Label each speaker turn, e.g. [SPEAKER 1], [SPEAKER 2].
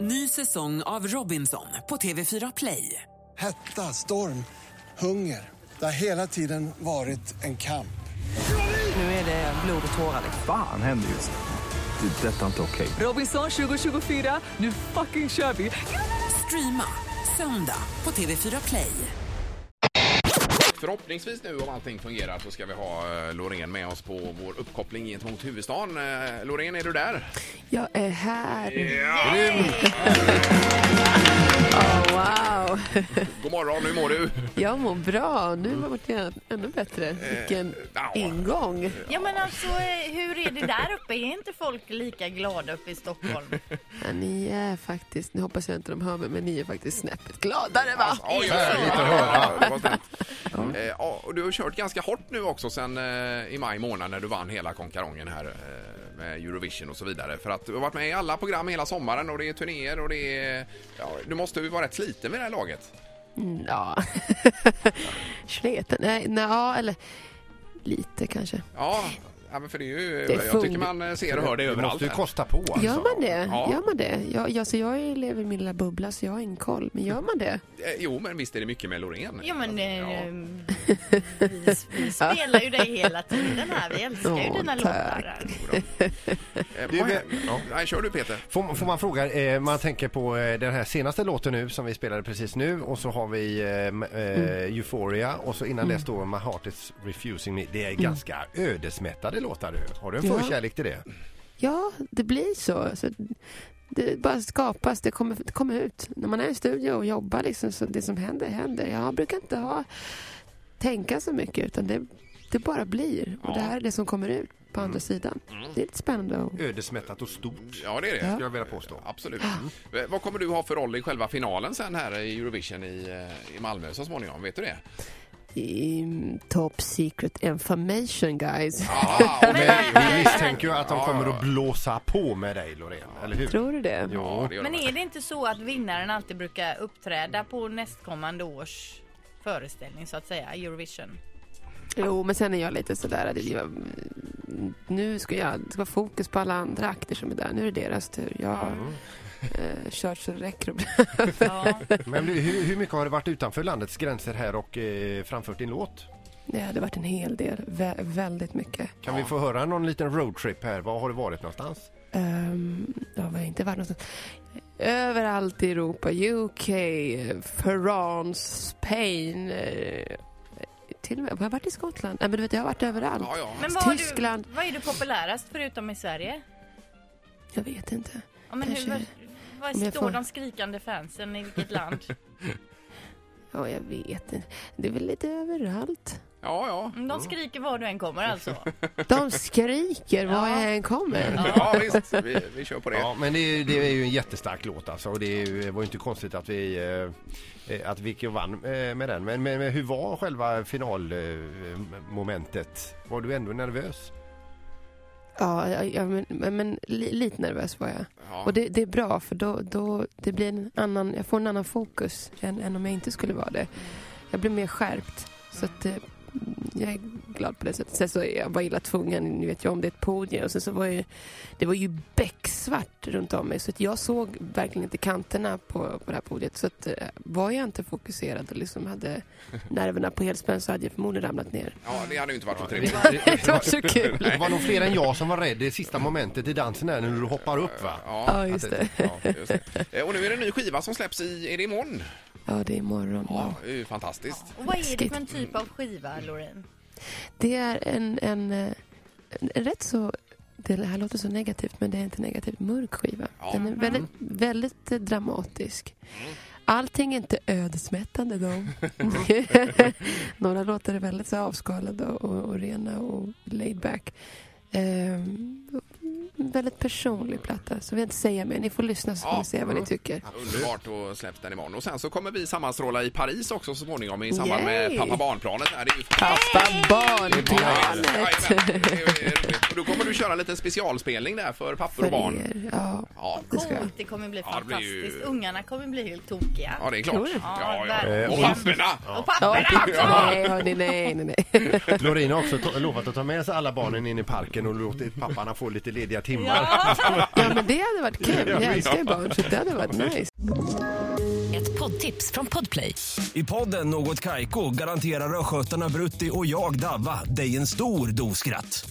[SPEAKER 1] Ny säsong av Robinson på TV4 Play.
[SPEAKER 2] Hetta, storm, hunger. Det har hela tiden varit en kamp.
[SPEAKER 1] Nu är det blod och tårar.
[SPEAKER 3] Fan händer just nu. Det. är Detta är inte okej.
[SPEAKER 1] Robinson 2024, nu fucking kör vi! Streama söndag på TV4 Play.
[SPEAKER 4] Förhoppningsvis nu om allting fungerar så ska vi ha eh, Loreen med oss på vår uppkoppling gentemot huvudstaden. Eh, Loreen, är du där?
[SPEAKER 5] Jag är här.
[SPEAKER 4] Grym!
[SPEAKER 5] Åh, wow.
[SPEAKER 4] God morgon, hur mår du?
[SPEAKER 5] Jag mår bra. Nu har jag varit ännu bättre. Vilken
[SPEAKER 4] Eh, ja.
[SPEAKER 5] ingång.
[SPEAKER 6] Ja men alltså eh, hur är det där uppe? Är inte folk lika glada uppe i Stockholm?
[SPEAKER 5] Ja, ni är faktiskt, nu hoppas jag inte de hör mig, men ni är faktiskt snäppet gladare va?
[SPEAKER 4] Alltså, Oj, härligt att höra. Det var snällt. Eh, ja, och du har kört ganska hårt nu också sen eh, i maj månad när du vann hela konkarongen här eh, med Eurovision och så vidare. För att du har varit med i alla program hela sommaren och det är turnéer och det är... Ja, du måste ju vara rätt sliten vid det här laget.
[SPEAKER 5] Mm, Ja. Sleten. Nej, nej, ja, eller lite kanske.
[SPEAKER 4] Ja, ja men för det är ju...
[SPEAKER 5] Det är
[SPEAKER 4] jag tycker
[SPEAKER 5] full-
[SPEAKER 4] man eh, ser och hör det
[SPEAKER 7] Det
[SPEAKER 4] överallt.
[SPEAKER 7] måste ju
[SPEAKER 4] här.
[SPEAKER 7] kosta på. Alltså.
[SPEAKER 5] Gör man det?
[SPEAKER 4] ja.
[SPEAKER 5] Gör man det? Jag, jag, så jag lever i min lilla bubbla så jag har ingen koll. Men gör man det?
[SPEAKER 4] Eh, Jo, men visst är det mycket med Loreen. Alltså,
[SPEAKER 6] Jo men eh,
[SPEAKER 4] Ja.
[SPEAKER 6] vi, vi spelar ju dig hela tiden här. Vi älskar ju
[SPEAKER 5] Åh,
[SPEAKER 6] dina
[SPEAKER 5] tack.
[SPEAKER 6] låtar. här.
[SPEAKER 4] Eh,
[SPEAKER 7] Det är
[SPEAKER 4] vad-
[SPEAKER 7] väl- ja.
[SPEAKER 4] Nej, kör du Peter.
[SPEAKER 7] Får, får man fråga, eh, man tänker på eh, den här senaste låten nu som vi spelade precis nu och så har vi eh, m- eh,
[SPEAKER 4] Mm.
[SPEAKER 7] Euphoria och så innan dess då My Heart Is Refusing Me. Det är
[SPEAKER 4] Mm.
[SPEAKER 7] ganska ödesmättade låtar. du. Har du en
[SPEAKER 5] Ja.
[SPEAKER 7] förkärlek till det?
[SPEAKER 5] Ja, det blir så. så det bara skapas, det kommer, det kommer ut. När man är i studio och jobbar, liksom, så det som händer, händer. Jag brukar inte ha, tänka så mycket, utan det, det bara blir. Och det här är det som kommer ut på
[SPEAKER 4] Mm.
[SPEAKER 5] andra sidan. Det är lite spännande. Och,
[SPEAKER 7] Ödesmättat och stort, skulle
[SPEAKER 4] Ja, det är det.
[SPEAKER 7] jag vilja påstå.
[SPEAKER 4] Absolut. Eh, Vad kommer du ha för roll i själva finalen sen här i Eurovision i, eh, i Malmö så småningom? Vet du det?
[SPEAKER 5] i, top secret information, guys.
[SPEAKER 4] Ja,
[SPEAKER 7] Men vi misstänker ju att de
[SPEAKER 4] Ja, ja,
[SPEAKER 7] kommer
[SPEAKER 4] ja.
[SPEAKER 7] att blåsa på med dig Loreen, eller hur?
[SPEAKER 5] Tror du det?
[SPEAKER 4] ja, det gör
[SPEAKER 6] eh, Men
[SPEAKER 4] de.
[SPEAKER 6] är det inte så att vinnaren alltid brukar uppträda på nästkommande års föreställning så att säga, Eurovision?
[SPEAKER 5] Jo, men sen är jag lite sådär... Det, jag, nu ska jag det ska vara fokus på alla andra akter som är där. Nu är det deras tur. Jag har
[SPEAKER 4] Mm.
[SPEAKER 5] eh, kört så det räcker.
[SPEAKER 6] Ja.
[SPEAKER 7] Men du, hur, hur mycket har du varit utanför landets gränser här och eh, framfört din låt?
[SPEAKER 5] Det hade varit en hel del. Vä- väldigt mycket.
[SPEAKER 7] Kan vi få höra någon liten roadtrip här? Var har du varit någonstans?
[SPEAKER 5] Um, jag har inte varit någonstans. Överallt i Europa. UK, eh, France, Spain. eh, Till och med, har jag varit i Skottland? Nej, men du vet, jag har varit överallt.
[SPEAKER 4] Ja, ja.
[SPEAKER 6] Men vad, har
[SPEAKER 5] Tyskland.
[SPEAKER 6] Du, vad är du populärast förutom i Sverige?
[SPEAKER 5] Jag vet inte.
[SPEAKER 6] Ja, men hur,
[SPEAKER 5] Kanske-
[SPEAKER 6] vad,
[SPEAKER 5] om
[SPEAKER 6] vad
[SPEAKER 5] jag
[SPEAKER 6] står
[SPEAKER 5] får-
[SPEAKER 6] de skrikande fansen i vilket land?
[SPEAKER 5] Ja, jag vet inte. Det är väl lite överallt.
[SPEAKER 4] Ja, ja.
[SPEAKER 6] Mm, De skriker var du än kommer alltså.
[SPEAKER 5] De skriker var
[SPEAKER 6] Ja.
[SPEAKER 5] jag än kommer.
[SPEAKER 4] Ja, visst. Vi, vi kör på det.
[SPEAKER 7] Ja, men det är, det är ju en jättestark låt alltså och det är ju- var ju inte konstigt att vi eh, eh, att Vicky vann eh, med den. Men, men, men hur var själva finalmomentet? Var du ändå nervös?
[SPEAKER 5] Ja, ja, ja men, men, men li, lite nervös var jag.
[SPEAKER 4] Ja.
[SPEAKER 5] Och det, det är bra för då, då det blir en annan, jag får en annan fokus än, än om jag inte skulle vara det. Jag blir mer skärpt. Så att, eh, jag är glad på det sättet. Sen så är jag bara illa tvungen, ni vet ju om det är ett podium. Och sen så var ju, det var ju becksvart runt om mig så att jag såg verkligen inte kanterna på, på det här podiet. Så att, eh, var jag inte fokuserad och liksom hade nerverna på helspänn så hade jag förmodligen ramlat ner.
[SPEAKER 4] Ja, det hade ju inte varit så
[SPEAKER 7] Det
[SPEAKER 4] trevligt.
[SPEAKER 5] Det var så kul!
[SPEAKER 7] var nog fler än jag som var rädd i sista momentet i dansen här när du hoppar upp va?
[SPEAKER 4] Ja,
[SPEAKER 5] Ja, just det.
[SPEAKER 4] ja, just det. Eh, Och nu är det en ny skiva som släpps i, är det imorgon?
[SPEAKER 5] Ja, det är imorgon.
[SPEAKER 4] Ja,
[SPEAKER 5] Wow.
[SPEAKER 4] det är ju fantastiskt.
[SPEAKER 6] Och vad är det
[SPEAKER 5] Läskigt.
[SPEAKER 6] för en typ av skiva, Loreen?
[SPEAKER 5] Det är en, en, eh, en, en rätt så... Det här låter så negativt, men det är inte negativt. Mörk skiva.
[SPEAKER 4] Ja. Mm.
[SPEAKER 5] Den är väldigt, väldigt eh, dramatisk. Allting är inte ödesmättande då. Några låtar är väldigt så avskalade och, och rena och laid back. Ehm, en väldigt personlig platta, så vill jag inte säga mer. Ni får lyssna så får
[SPEAKER 4] Ja.
[SPEAKER 5] ni se vad ni tycker.
[SPEAKER 4] Underbart och släpps den imorgon. Och sen så kommer vi sammanstråla i Paris också så småningom i samband med
[SPEAKER 5] Yay!
[SPEAKER 4] pappa barnplanet. här. Det är ju
[SPEAKER 5] Pappa
[SPEAKER 4] Jajamän,
[SPEAKER 5] barnplanet!
[SPEAKER 4] jajamän. Det är- det är roligt. Och Då kommer du köra en liten specialspelning där för pappor och
[SPEAKER 5] För
[SPEAKER 4] barn.
[SPEAKER 5] er. Ja,
[SPEAKER 4] Ja,
[SPEAKER 5] det ska jag.
[SPEAKER 6] Coolt, det kommer bli
[SPEAKER 4] Ja, det blir
[SPEAKER 6] fantastiskt.
[SPEAKER 4] ju-
[SPEAKER 6] Ungarna kommer bli helt tokiga.
[SPEAKER 4] ja det är klart.
[SPEAKER 5] Tror du?
[SPEAKER 4] Ja, ja.
[SPEAKER 6] verkligen.
[SPEAKER 4] Och papporna!
[SPEAKER 6] Och
[SPEAKER 5] Ja,
[SPEAKER 6] papporna!
[SPEAKER 5] tack. nej, hörni, nej, nej, nej.
[SPEAKER 7] Loreen har också to- lovat att ta med sig alla barnen in i parken och låtit papparna få lite lediga timmar.
[SPEAKER 5] Ja, men det hade varit kul. Jag älskar ju barn, så det hade varit nice.
[SPEAKER 8] Ett poddtips från Podplay.
[SPEAKER 9] I podden Något Kaiko garanterar östgötarna Brutti och jag, Davva, dig en stor dos skratt.